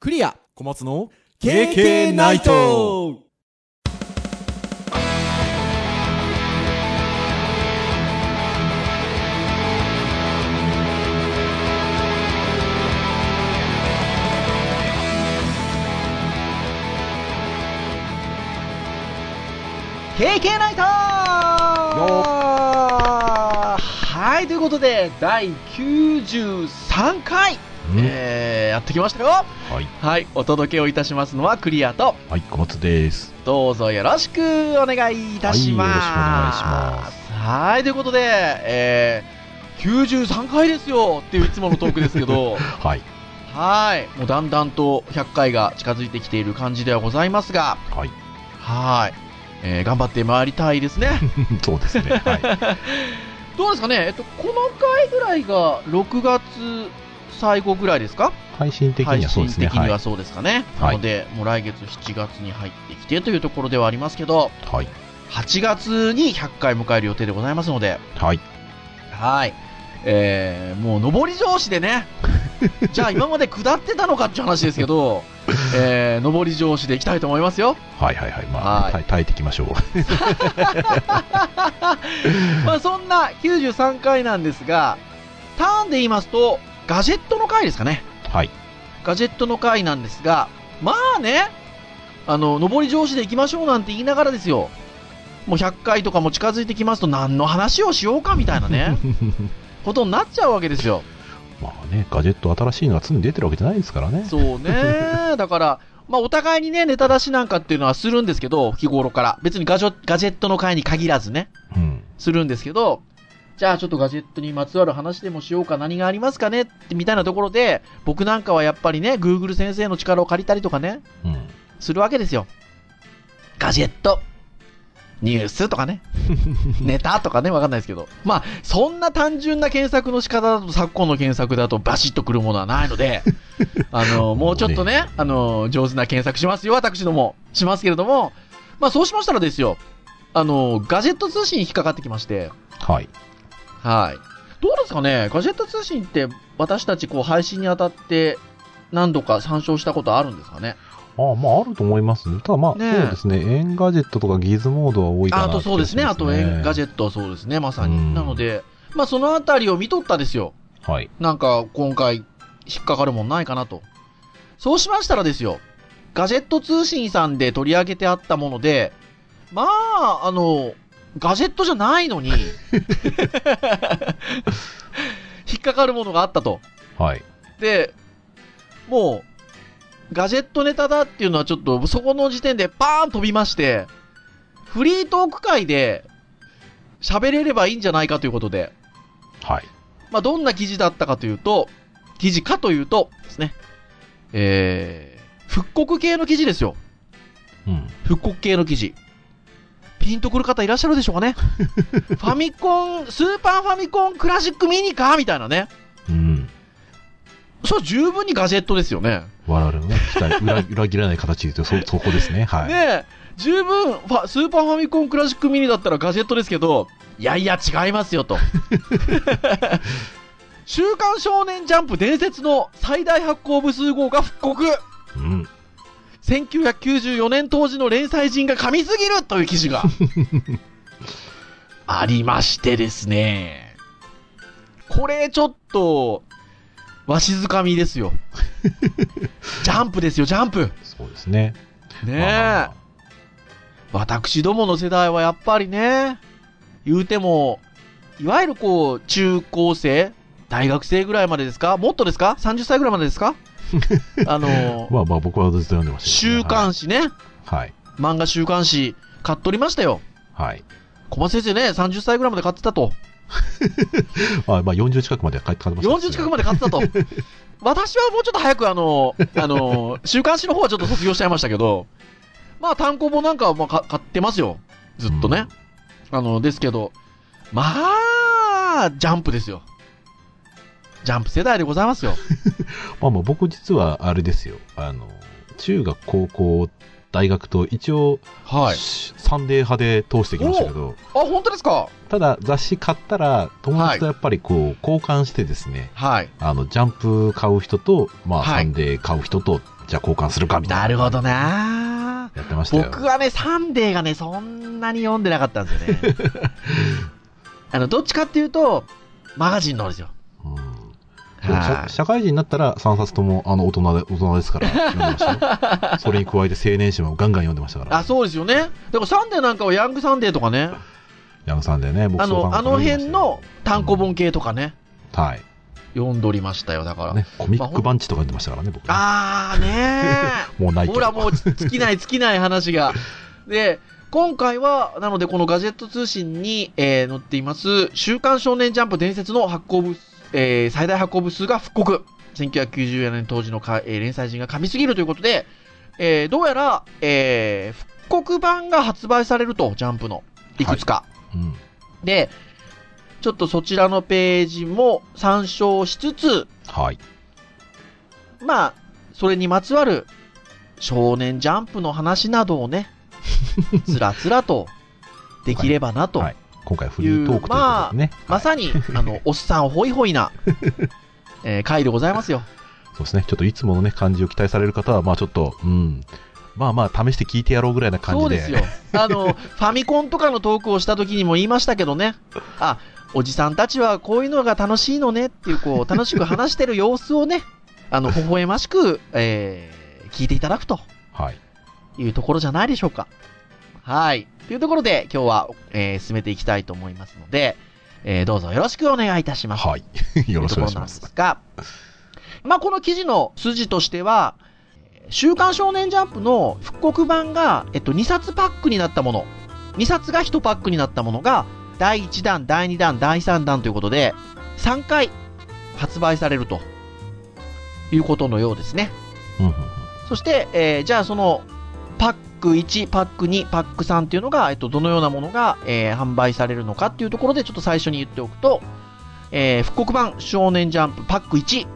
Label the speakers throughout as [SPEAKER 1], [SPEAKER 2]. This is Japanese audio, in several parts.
[SPEAKER 1] クリア
[SPEAKER 2] 小松の
[SPEAKER 1] KK ナイト
[SPEAKER 3] 「KK ナイトー」はいということで第93回、えーやってきましたよ
[SPEAKER 4] はい、
[SPEAKER 3] はいお届けをいたしますのはクリアと
[SPEAKER 4] はい、小松です。
[SPEAKER 3] どうぞよろしくお願いいたし
[SPEAKER 4] は
[SPEAKER 3] ます。。
[SPEAKER 4] いよろしくお願いします
[SPEAKER 3] はい、ということで、えー、93回ですよっていういつものトークです けど、
[SPEAKER 4] はい、
[SPEAKER 3] はい、もうだんだんと100回が近づいてきている感じではございますが、
[SPEAKER 4] はい、
[SPEAKER 3] はい、えー頑張ってまいりたいですね。
[SPEAKER 4] そうですね。 はい、
[SPEAKER 3] どうですかね、えっと、この回ぐらいが6月最後ぐらいですか
[SPEAKER 4] 配信的にはそうですね。
[SPEAKER 3] 配信的
[SPEAKER 4] はい
[SPEAKER 3] には、そうですかね。
[SPEAKER 4] はい
[SPEAKER 3] なので、もう来月7月に入ってきてというところではありますけど、
[SPEAKER 4] はい、
[SPEAKER 3] 8月に100回迎える予定でございますので、
[SPEAKER 4] はい、
[SPEAKER 3] はい。えー、もう上り調子 でね、じゃあ今まで下ってたのかっていう話ですけど、えー、上り調子でいきたいと思いますよ。
[SPEAKER 4] はい、はい、はい、ま
[SPEAKER 3] は
[SPEAKER 4] あ、
[SPEAKER 3] い
[SPEAKER 4] 耐え耐えていきましょう。
[SPEAKER 3] まあそんな93回なんですが、ターンで言いますと、ガジェットの回ですかね。
[SPEAKER 4] はい、
[SPEAKER 3] ガジェットの回なんですが、まあね、あの、上り調子で行きましょうなんて言いながらですよ。もう100回とかも近づいてきますと何の話をしようかみたいなね、ことになっちゃうわけですよ。
[SPEAKER 4] まあね、ガジェット新しいのが常に出てるわけじゃないですからね。
[SPEAKER 3] そうね。だから、まあ、お互いにね、ネタ出しなんかっていうのはするんですけど、日頃から。別にガジョガジェットの回に限らずね、
[SPEAKER 4] うん、
[SPEAKER 3] するんですけど、じゃあちょっとガジェットにまつわる話でもしようか、何がありますかねってみたいなところで、僕なんかはやっぱりね、Google 先生の力を借りたりとかね、
[SPEAKER 4] うん、
[SPEAKER 3] するわけですよ。ガジェット、ニュースとかね、ネタとかね、わかんないですけど。まあ、そんな単純な検索の仕方だと、昨今の検索だとバシッとくるものはないので、あの、もうちょっとね、あの、上手な検索しますよ、私ども。しますけれども、まあそうしましたらですよ、あの、ガジェット通信に引っかかってきまして、
[SPEAKER 4] はい、
[SPEAKER 3] はい。どうですかねガジェット通信って私たちこう配信にあたって何度か参照したことあるんですかね
[SPEAKER 4] ああ、まあ、あると思います。ただ、まあ、
[SPEAKER 3] ねえ
[SPEAKER 4] そうですね。エンガジェットとかギズモードは多いかな
[SPEAKER 3] あとそうですね、あとエンガジ
[SPEAKER 4] ェッ
[SPEAKER 3] ェットはそうですね、まさ
[SPEAKER 4] う
[SPEAKER 3] に。
[SPEAKER 4] ん
[SPEAKER 3] なので、まあそのあたりを見とったですよ。
[SPEAKER 4] ト。はい、
[SPEAKER 3] なんか今回引っかかるもんないかなと。そうしましたらですよ、ガジェット通信さんで取り上げてあったもので、まあ、あの、ガジェットじゃないのに、 引っかかるものがあったと。
[SPEAKER 4] はい、
[SPEAKER 3] で、もう、ガジェットネタだっていうのはちょっと、そこの時点でバーン飛びまして、フリートーク会で喋れればいいんじゃないかということで、
[SPEAKER 4] はい、
[SPEAKER 3] まあ、どんな記事だったかというと、記事かというとですね、えー、復刻系の記事ですよ。
[SPEAKER 4] うん、
[SPEAKER 3] 復刻系の記事。ピンとくる方いらっしゃるでしょうかねファミコン、スーパーファミコンクラシックミニかみたいなね。
[SPEAKER 4] うん。
[SPEAKER 3] それ十分にガジェットですよね。
[SPEAKER 4] 我々のね、期待裏裏切らない形で言うと、そ、そこですね。はい。
[SPEAKER 3] ねえ、十分ファスーパーファミコンクラシックミニだったらガジェットですけど、いやいや違います よと。週刊少年ジャンプ伝説の最大発行部数号が復刻
[SPEAKER 4] うん、
[SPEAKER 3] 1994年当時の連載人が噛みすぎるという記 事がありましてですね。これちょっと、わしづかみです よ。ジャンプですよ、ジャンプ。
[SPEAKER 4] そうですね。
[SPEAKER 3] ねえ。
[SPEAKER 4] まあまあまあ
[SPEAKER 3] 私どもの世代はやっぱりね、言うても、いわゆるこう、中高生、大学生ぐらいまでですかもっとですか ?30 歳ぐらいまでですかあの、
[SPEAKER 4] まあまあ僕はずっと読んでましたけどね、
[SPEAKER 3] 週刊誌ね、
[SPEAKER 4] はい。
[SPEAKER 3] 漫画週刊誌、買っとりましたよ。
[SPEAKER 4] はい。
[SPEAKER 3] 小松先生ね、30歳ぐらいまで買ってたと。
[SPEAKER 4] はい、あまあ40近くまで書いてました、
[SPEAKER 3] 40近くま
[SPEAKER 4] で。
[SPEAKER 3] で買ってた と。私はもうちょっと早くあの、あの、週刊誌の方はちょっと卒業しちゃいましたけど、まあ単行本なんかはまあか買ってますよ。ずっとね。あの、ですけど、まあ、ジャンプですよ。ジャンプ世代でございますよ。
[SPEAKER 4] まあまあ僕実はあれですよ。あの、中学、高校、大学と一応、
[SPEAKER 3] はい。
[SPEAKER 4] しサンデー派で通してきましたけど、
[SPEAKER 3] あ、本当ですか
[SPEAKER 4] ただ雑誌買ったら友達とやっぱりこう、交換してですね、
[SPEAKER 3] はい。
[SPEAKER 4] あの、ジャンプ買う人と、まあ、
[SPEAKER 3] はい
[SPEAKER 4] サンデー買う人とっじゃあ交換するかみたいな。
[SPEAKER 3] なるほどな
[SPEAKER 4] やってましたよ。
[SPEAKER 3] 僕はね、サンデーがね、そんなに読んでなかったんですよね。 あの、どっちかっていうと、マガジンの方ですよ。
[SPEAKER 4] うん
[SPEAKER 3] は
[SPEAKER 4] 社
[SPEAKER 3] い
[SPEAKER 4] 社会人になったら3冊ともあの大人で大人ですから読んでました よそれに加えて青年誌もガンガン読んでましたから
[SPEAKER 3] あ、そうですよね。だからサンデーなんかはヤングサンデーとかね、
[SPEAKER 4] ヤングさんでね僕
[SPEAKER 3] あ
[SPEAKER 4] 創刊
[SPEAKER 3] の、
[SPEAKER 4] 号
[SPEAKER 3] あの辺の単行
[SPEAKER 4] う
[SPEAKER 3] 本系とかね、
[SPEAKER 4] はい、
[SPEAKER 3] 読んどりましたよ、だから。
[SPEAKER 4] ね、コミックバンチとか読んでましたからね僕ね
[SPEAKER 3] あーね
[SPEAKER 4] もうない
[SPEAKER 3] ー。
[SPEAKER 4] けど
[SPEAKER 3] ほら、もう尽きない尽きない話が。で、今回は、なのでこのガジェット通信に、えー載っています、週刊少年ジャンプ伝説の発行部、えー最大発行部数が復刻。1994年当時のか、えー連載陣が噛みすぎるということで、えーどうやら、えー復刻版が発売されると、ジャンプの。いくつか。
[SPEAKER 4] うん
[SPEAKER 3] で、ちょっとそちらのページも参照しつつ、
[SPEAKER 4] はい
[SPEAKER 3] まあ、それにまつわる少年ジャンプの話など をね、つらつらとできればなと。
[SPEAKER 4] はい今回フリートークということでね、
[SPEAKER 3] まさに、あの、おっさんホイ ホイな、えー回でございますよ。
[SPEAKER 4] そうですねちょっといつものね感じを期待される方はまあちょっとうんまあまあ試して聞いてやろうぐらいな感
[SPEAKER 3] そう
[SPEAKER 4] じで
[SPEAKER 3] ですよ。あの、ファミコンとかのトークをした時にも言いましたけどね。あ、おじさんたちはこういうのが楽しいのねっていう、こう、楽しく話してる様子をね、あの、微笑ましく、えー聞いていただくと。
[SPEAKER 4] はい
[SPEAKER 3] いうところじゃないでしょうか。はい。というところで今日は、えー進めていきたいと思いますので、えーどうぞよろしくお願いいたします。
[SPEAKER 4] はい よろしくお願いします
[SPEAKER 3] というところなんですが、まあ、この記事の筋としては、えー週刊少年ジャンプの復刻版が、えっと、2冊パックになったもの、2冊が1パックになったものが、第1弾、第2弾、第3弾ということで、3回発売されるということのようですね。
[SPEAKER 4] うんうんうん
[SPEAKER 3] そして、えーじゃあそのパック1、パック2、パック3っていうのが、えっと、どのようなものが、えー販売されるのかっていうところでちょっと最初に言っておくと、えー復刻版少年ジャンプパック1。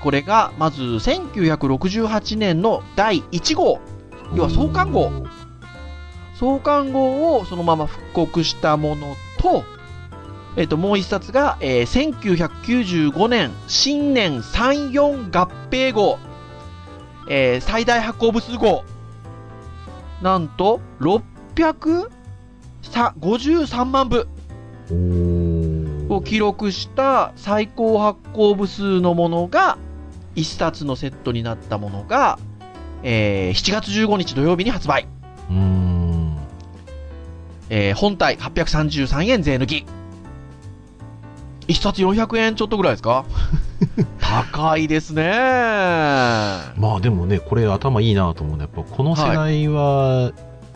[SPEAKER 3] これが、まず1968年の第1号。要は創刊号創刊号をそのまま復刻したものと、えっと、もう一冊が、えー1995年新年3、4合併号、えー最大発行部数号。なんと、653万部
[SPEAKER 4] おー
[SPEAKER 3] を記録した最高発行部数のものが、一冊のセットになったものが、えー7月15日土曜日に発売。
[SPEAKER 4] うーん
[SPEAKER 3] えー本体833円税抜き。一冊400円ちょっとぐらいで すか高いですね。
[SPEAKER 4] まあでもねこれ頭いいなと思うのはやっぱこの世代は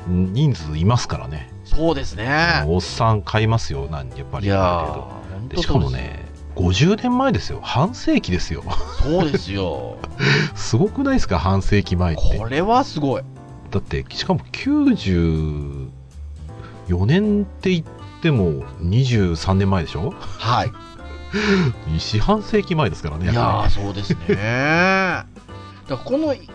[SPEAKER 4] 人数いますからね、
[SPEAKER 3] そうですね。
[SPEAKER 4] おっさん買いますよなんやっぱり
[SPEAKER 3] いや
[SPEAKER 4] ある
[SPEAKER 3] ー
[SPEAKER 4] 程度、
[SPEAKER 3] 本
[SPEAKER 4] で
[SPEAKER 3] 当
[SPEAKER 4] しかもね50年前ですよ半世紀ですよ
[SPEAKER 3] そうですよ。
[SPEAKER 4] すごくないですか半世紀前って
[SPEAKER 3] これはすごい。
[SPEAKER 4] だってしかも94年って言っても23年前でしょ
[SPEAKER 3] はい。
[SPEAKER 4] 四半世紀前ですからね
[SPEAKER 3] いや
[SPEAKER 4] や
[SPEAKER 3] ー、そうですね。だからこの復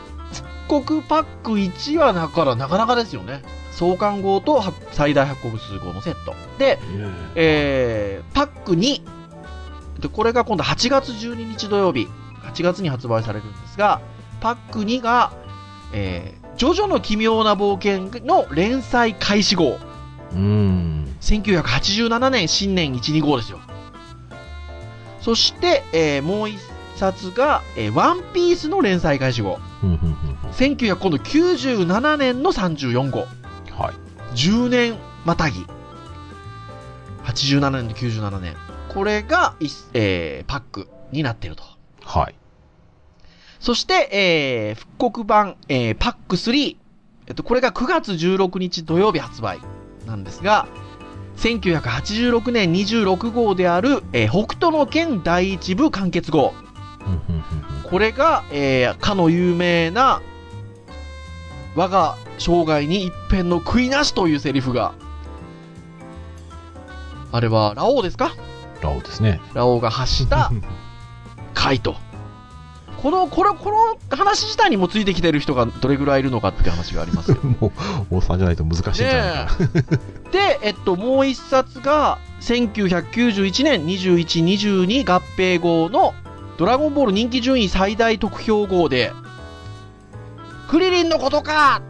[SPEAKER 3] 刻パック1はだからなかなかですよね。創刊号とは最大発行部数号のセット。で、
[SPEAKER 4] っぱりね
[SPEAKER 3] えーパック2でこれが今度8月12日土曜日8月に発売されるんですがパック2が、えージョジョの奇妙な冒険」の連載開始号
[SPEAKER 4] うーん
[SPEAKER 3] 1987年新年12号ですよそして、えーもう一冊が「えーワンピースの連載開始号
[SPEAKER 4] うんうんうん
[SPEAKER 3] 1997年の34号
[SPEAKER 4] うんはい
[SPEAKER 3] 10年またぎ87年と97年これがいっ、えーパックになっていると
[SPEAKER 4] はい
[SPEAKER 3] そして、えー復刻版、えーパック3、えっと、これが9月16日土曜日発売なんですが1986年26号である、えー北斗の拳第一部完結号
[SPEAKER 4] うんうんうんうん
[SPEAKER 3] これが、えーかの有名な我が生涯に一片の悔いなしというセリフが、あれはラオウですか
[SPEAKER 4] ラオウですね
[SPEAKER 3] ラオウが発した回と。この、これ、この話自体にもついてきてる人がどれぐらいいるのかっていう話がありますよ。
[SPEAKER 4] もう、おっさんじゃないと難しいんじゃないか
[SPEAKER 3] ねえで、えっと、もう一冊が、1991年21、22合併号の、ドラゴンボール人気順位最大得票号で、クリリンのことか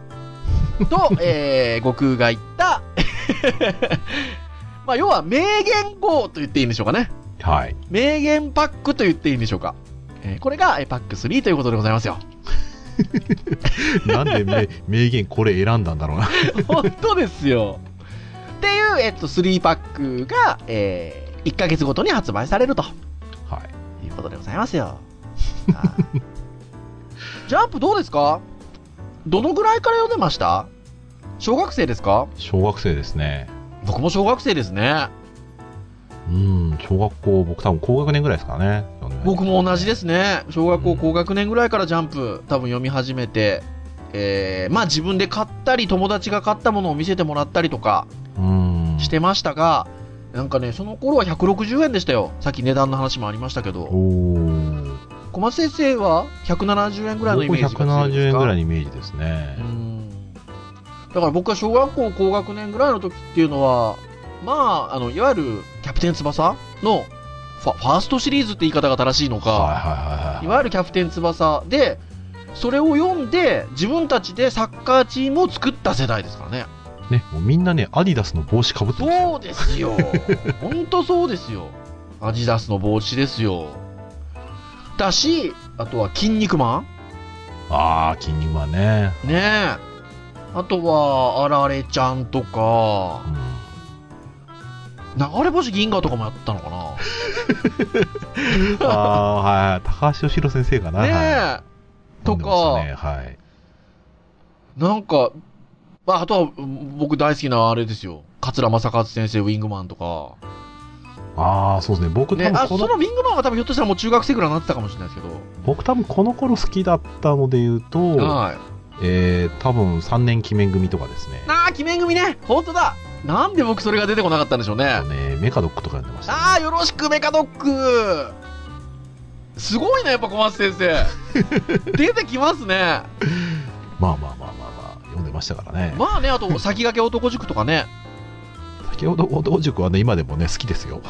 [SPEAKER 3] と、えー、悟空が言った まあ要は名言号と言っていいんでしょうかね
[SPEAKER 4] はい。
[SPEAKER 3] 名言パックと言っていいんでしょうか、えーこれがえーパック3ということでございますよ
[SPEAKER 4] なんで名 名言これ選んだんだろうな。
[SPEAKER 3] 本当ですよっていう、えっと、3パックが、え1ヶ月ごとに発売されると
[SPEAKER 4] はい。
[SPEAKER 3] いうことでございますよはいジャンプどうですかどのぐらいから読んでました小学生ですか
[SPEAKER 4] 小学生ですね。
[SPEAKER 3] 僕も小学生ですね
[SPEAKER 4] うん、小学校、僕多分高学年ぐらいですからね。。
[SPEAKER 3] 僕も同じですすね小学
[SPEAKER 4] う
[SPEAKER 3] 校
[SPEAKER 4] ん
[SPEAKER 3] 高学年ぐらいからジャンプ多分読み始めて、えーまあ自分で買ったり友達が買ったものを見せてもらったりとか
[SPEAKER 4] うん。
[SPEAKER 3] してましたが、なんかねその頃は160円でしたよさっき値段の話もありましたけ
[SPEAKER 4] お
[SPEAKER 3] ど
[SPEAKER 4] お。
[SPEAKER 3] 小松先生は170円ぐらいのイメージが
[SPEAKER 4] 僕
[SPEAKER 3] 強
[SPEAKER 4] 170
[SPEAKER 3] いです
[SPEAKER 4] 円
[SPEAKER 3] か
[SPEAKER 4] ぐらいのイメージですね
[SPEAKER 3] う。んだから僕は小学校高学年ぐらいの時っていうのはまああのいわゆる「キャプテン翼」のファファーストシリーズって言い方が正しいのか、
[SPEAKER 4] はいはいはいいは
[SPEAKER 3] わ
[SPEAKER 4] い。
[SPEAKER 3] ゆる「キャプテン翼」でそれを読んで自分たちでサッカーチームを作った世代ですからね
[SPEAKER 4] ね、もうみんなね、アディダスの帽子かぶってますよ。
[SPEAKER 3] そうです よほんとそうですよアディダスの帽子ですよだしあとは「筋肉マン
[SPEAKER 4] ああ、筋肉マンね。」
[SPEAKER 3] ねえあとは「あられちゃん」とか
[SPEAKER 4] うん
[SPEAKER 3] 「流れ星銀河」とかもやったのかな
[SPEAKER 4] ああ、はいはい。高橋義郎先生かな。はい
[SPEAKER 3] ねえとか
[SPEAKER 4] 読んでましたねはい。
[SPEAKER 3] なんか、まあ、あとはうん僕大好きなあれですよ桂正和先生ウィングマンとか
[SPEAKER 4] ああ、そうですね。僕
[SPEAKER 3] ね
[SPEAKER 4] 多、分
[SPEAKER 3] あそ
[SPEAKER 4] こ
[SPEAKER 3] の
[SPEAKER 4] の、
[SPEAKER 3] ウィングマンは多分ひょっとしたらもう中学生ぐらいになってたかもしれないですけど、
[SPEAKER 4] 僕多分この頃好きだったので言うと、
[SPEAKER 3] はい、
[SPEAKER 4] えー、多分3年記念組とかですね。
[SPEAKER 3] ああ鬼面組ね本当だなんで僕それが出てこなかったんでしょうね
[SPEAKER 4] あとね、メカドックとかやってました、ね。
[SPEAKER 3] ああよろしくメカドックすごいねやっぱ小松先 生出てきますね
[SPEAKER 4] まあまあまあまあまあ、読んでましたからね。
[SPEAKER 3] まあねあと先駆け男塾とかね
[SPEAKER 4] 先ほど、男塾はね、今でもね、好きですよ。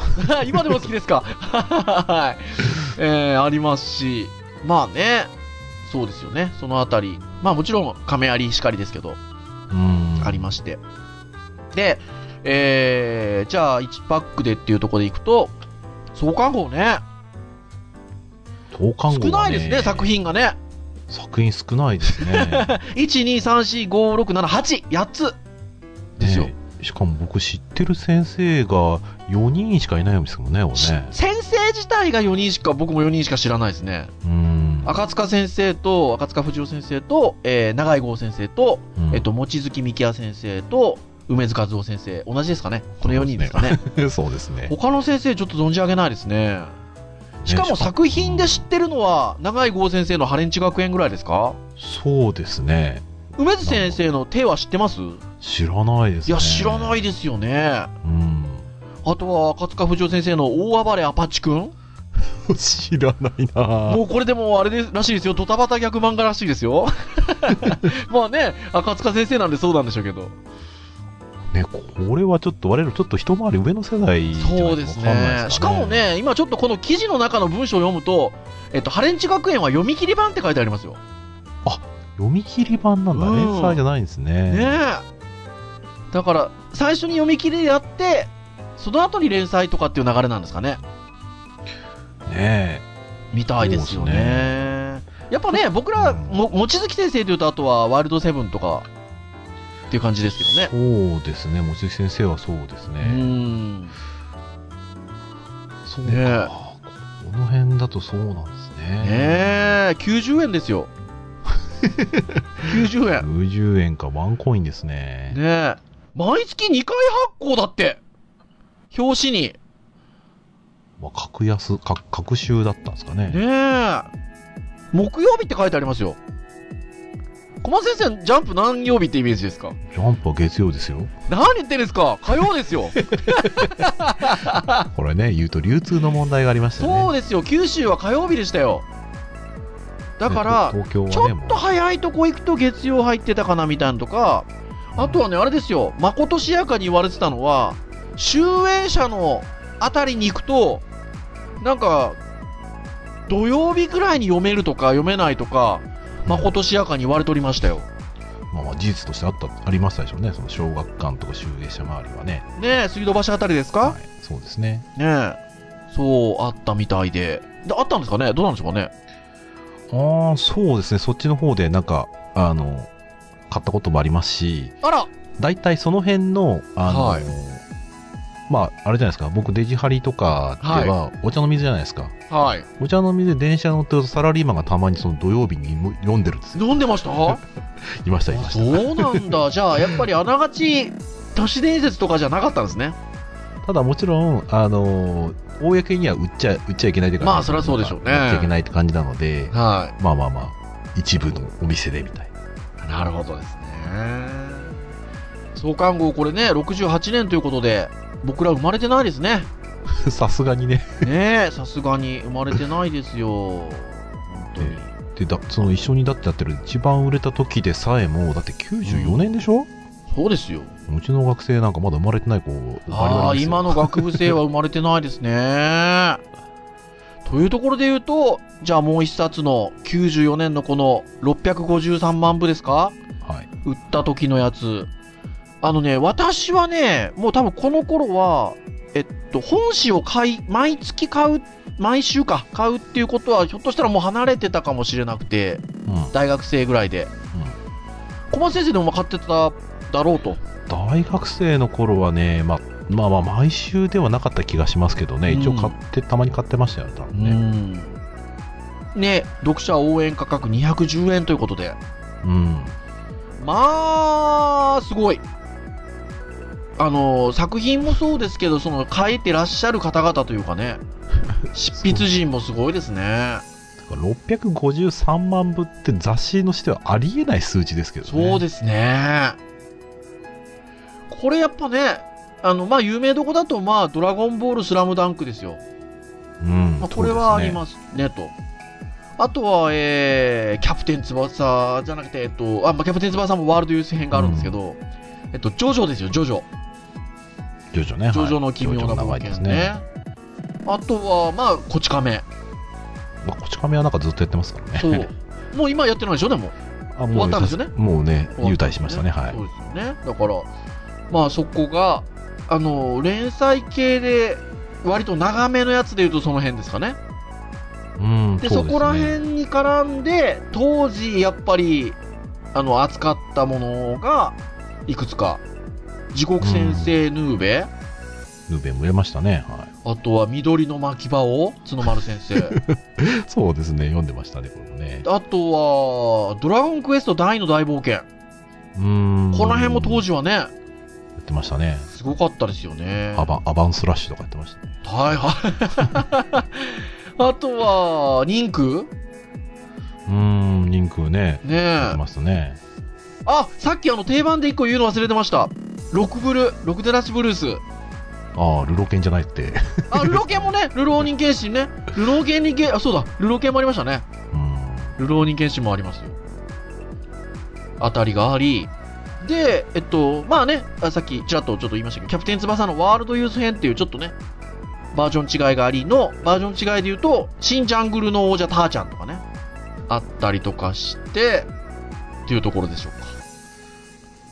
[SPEAKER 3] 今でも好きですかはい、えー、ありますしまあねそうですよねそのあたりまあもちろん亀有しかりですけど
[SPEAKER 4] うん。
[SPEAKER 3] ありまして。で、えー、じゃあ1パックでっていうところでいくと、創刊号ね。
[SPEAKER 4] 投
[SPEAKER 3] 少
[SPEAKER 4] 函号
[SPEAKER 3] な
[SPEAKER 4] はい
[SPEAKER 3] ですね、作。品がね。
[SPEAKER 4] 作品少ないですね。
[SPEAKER 3] 1、2、3、4、5、6、7、8、8つ ですよ。
[SPEAKER 4] ねしかも僕知ってる先生が4人しかいないんですもんね、俺
[SPEAKER 3] し
[SPEAKER 4] ね。
[SPEAKER 3] 先生自体が4人しか、僕も4人しか知らないですね。
[SPEAKER 4] うん。
[SPEAKER 3] 赤塚先生と、赤塚不二夫先生と、えー、長井剛先生と、
[SPEAKER 4] うん
[SPEAKER 3] えっと、望月幹也先生と、梅津和夫先生、同じですかね。この4人ですかね。
[SPEAKER 4] そうですね。
[SPEAKER 3] 他の先生ちょっと存じ上げないですね。しかも作品で知ってるのは永井剛先生のハレンチ学園ぐらいですか
[SPEAKER 4] そうですね。
[SPEAKER 3] 梅津先生の手は知ってます
[SPEAKER 4] 知らないですね。。
[SPEAKER 3] いや知らないいですよねあ
[SPEAKER 4] うん。
[SPEAKER 3] とは赤塚不二夫先生の大暴れアパッチくん
[SPEAKER 4] 知らないな
[SPEAKER 3] もうこれでもうあれですらしいですよドタバタ逆漫画らしいです よまあね赤塚先生なんでそうなんでしょうけど
[SPEAKER 4] ね、これはちょっと、我々ちょっと一回り上の世代じゃないと
[SPEAKER 3] そうです
[SPEAKER 4] わかんない
[SPEAKER 3] ね
[SPEAKER 4] です
[SPEAKER 3] しかも。ね今ちょっとこの記事の中の文章を読むとえっと、ハレンチ学園は読み切り版って書いてありますよ。
[SPEAKER 4] 読み切り版なんだ。
[SPEAKER 3] うん
[SPEAKER 4] 連載じゃないんですね。
[SPEAKER 3] ねえだから最初に読み切りでやってその後に連載とかっていう流れなんですかね
[SPEAKER 4] ね
[SPEAKER 3] みたいです
[SPEAKER 4] そ
[SPEAKER 3] よね
[SPEAKER 4] うです
[SPEAKER 3] やっぱね僕ら
[SPEAKER 4] うん
[SPEAKER 3] も望月先生というとあとはワールドセブンとかっていう感じですけどね
[SPEAKER 4] そうですね。望月先生はそうです
[SPEAKER 3] う
[SPEAKER 4] ね。
[SPEAKER 3] ん
[SPEAKER 4] そう
[SPEAKER 3] ねえ
[SPEAKER 4] か。この辺だとそうなんです
[SPEAKER 3] ね
[SPEAKER 4] ね。
[SPEAKER 3] え90円 ですよ90円
[SPEAKER 4] 90円かワンコインですね。
[SPEAKER 3] ねえ毎月2回発行だって表紙に
[SPEAKER 4] まあ、格安、格、格収だったんですかね。
[SPEAKER 3] ねえ木曜日って書いてありますよ駒先生ジャンプ何曜日ってイメージですか
[SPEAKER 4] ジャンプは月曜ですよ。
[SPEAKER 3] 何言ってんですか火曜ですよ
[SPEAKER 4] これね、言うと流通の問題がありましたよね。
[SPEAKER 3] そうですよ九州は火曜日でしたよ だから、
[SPEAKER 4] ね東京はね
[SPEAKER 3] ちょ
[SPEAKER 4] も
[SPEAKER 3] っ
[SPEAKER 4] う
[SPEAKER 3] と早いとこ行くと月曜入ってたかなみたいなのとかあとはねあれですよまことしやかに言われてたのは集英社のあたりに行くとなんか土曜日くらいに読めるとか読めないとかまことしやかに言われておりましたよ。
[SPEAKER 4] まあ、まあ事実としてあったありましたでしょうね、その小学館とか集英社周りはね。
[SPEAKER 3] ねえ、水道橋あたりですか、
[SPEAKER 4] はい、そうですね。
[SPEAKER 3] ねえ。そう、あったみたいで。で、あったんですかねどうなんでしょうかね
[SPEAKER 4] ああ、そうですね、そっちの方で、なんか、あの、買ったこともありますし、
[SPEAKER 3] あら
[SPEAKER 4] 大体その辺の、あの、
[SPEAKER 3] はい
[SPEAKER 4] まあ、あれじゃないですか、僕、デジハリとかでは、お茶の水じゃないですか。
[SPEAKER 3] はい。
[SPEAKER 4] お茶の水で電車乗ってるとサラリーマンがたまにその土曜日に読んでるんですよ。
[SPEAKER 3] 飲んでました
[SPEAKER 4] いました、いました。
[SPEAKER 3] そうなんだ。 じゃあ、やっぱりあながち、都市伝説とかじゃなかったんですね。
[SPEAKER 4] ただもちろん、あのー公には売っちゃ売っちゃいけないというか、
[SPEAKER 3] まあそりゃそうでしょうね
[SPEAKER 4] 売っちゃいけないって感じなので、
[SPEAKER 3] は
[SPEAKER 4] まあまあまあ、一部のお店でみたいな。
[SPEAKER 3] い。なるほどですね。創刊号、これね、68年ということで、僕ら生まれてないです ね。
[SPEAKER 4] さすがにね。
[SPEAKER 3] ねえ、さすがに生まれてないですよ。本当に。
[SPEAKER 4] でだ、その一緒にだってやってる一番売れた時でさえも、だって94年でしょ、
[SPEAKER 3] そうですよ。
[SPEAKER 4] うちの学生なんかまだ生まれてない子、バリ
[SPEAKER 3] あ
[SPEAKER 4] バ
[SPEAKER 3] あ、
[SPEAKER 4] リですよ
[SPEAKER 3] 今の学部生は生まれてないですね。というところで言うと、じゃあもう一冊の94年のこの653万部ですか
[SPEAKER 4] はい。
[SPEAKER 3] 売った時のやつ。あのね、私はね、もう多分この頃は、えっと、本誌を買い、毎月買う、毎週か、買うっていうことは、ひょっとしたらもう離れてたかもしれなくて、
[SPEAKER 4] うん。
[SPEAKER 3] 大学生ぐらいで。小松先生でもまあ買ってただろうと。
[SPEAKER 4] 大学生の頃はね、まあ、まあまあ、毎週ではなかった気がしますけどね、一応買って、たまに買ってましたよね、多分ね。
[SPEAKER 3] ねね読者応援価格210円ということで
[SPEAKER 4] うん。
[SPEAKER 3] まあすごいあの作品もそうですけどその書いてらっしゃる方々というかね執筆陣もすごいですね
[SPEAKER 4] 653万部って雑誌のしてはありえない数字ですけどね。
[SPEAKER 3] そう
[SPEAKER 4] す。
[SPEAKER 3] ですねこれやっぱねあのまあ有名どこだとまあ「ドラゴンボールスラムダンクですよ
[SPEAKER 4] うん。
[SPEAKER 3] まあ、これはあり
[SPEAKER 4] す。
[SPEAKER 3] ますねと。あとは、えー、キャプテン翼じゃなくて、えっと、あ、まあ、キャプテン翼もワールドユース編があるんですけど、えっと、ジョジョですよ、ジョジョ。
[SPEAKER 4] ジョジョね。
[SPEAKER 3] ジョジョの
[SPEAKER 4] はい
[SPEAKER 3] 奇妙
[SPEAKER 4] ジョジ
[SPEAKER 3] な冒
[SPEAKER 4] ョの名前です
[SPEAKER 3] 険ね。
[SPEAKER 4] ね。
[SPEAKER 3] あとは、まあ、こ ち亀。
[SPEAKER 4] まあこち亀はなんかずっとやってますからね。
[SPEAKER 3] そう。もう今やってないでしょ、でも。
[SPEAKER 4] あ
[SPEAKER 3] 終わったんですよね
[SPEAKER 4] もうね、入隊しましたね。はい
[SPEAKER 3] そう。ですよね。だから、まあ、そこが、あの、連載系で、割と長めのやつで言うとその辺ですかね。
[SPEAKER 4] うん。
[SPEAKER 3] で
[SPEAKER 4] う
[SPEAKER 3] そ
[SPEAKER 4] ですね
[SPEAKER 3] こら辺に絡んで当時やっぱりあの扱ったものがいくつか地獄先生ヌーベ、
[SPEAKER 4] ヌーベン売れましたね。はい。
[SPEAKER 3] あとは緑の巻き場を角丸先 生
[SPEAKER 4] そうですね。読んでましたね、これもね。
[SPEAKER 3] あとは「ドラゴンクエスト大の大冒険
[SPEAKER 4] うん」。
[SPEAKER 3] この辺も当
[SPEAKER 4] 時。
[SPEAKER 3] 時はね
[SPEAKER 4] やってましたね。
[SPEAKER 3] すごかったですよね
[SPEAKER 4] アバン、アバンスラッシュとかやってましたね。
[SPEAKER 3] はいはい あとはリンク
[SPEAKER 4] うん、リンクね。
[SPEAKER 3] ね
[SPEAKER 4] やっ
[SPEAKER 3] え
[SPEAKER 4] てましたね。
[SPEAKER 3] あさっきあの定番で一個言うの忘れてましたロクブルロクデラシブルース
[SPEAKER 4] ああ、ルロケンじゃないって。
[SPEAKER 3] あ、ルロケンもね、ルローニン剣心ね。ルローケンにけ、あ、そうだ、ルロケンもありましたね。
[SPEAKER 4] うん。
[SPEAKER 3] ルローニン剣心もありますよ。あたりがあり、で、えっと、まあね、あさっきちらっとちょっと言いましたけど、キャプテン翼のワールドユース編っていうちょっとね、バージョン違いがありの、バージョン違いで言うと、新ジャングルの王者ターちゃんとかね、あったりとかして、っていうところでしょうか。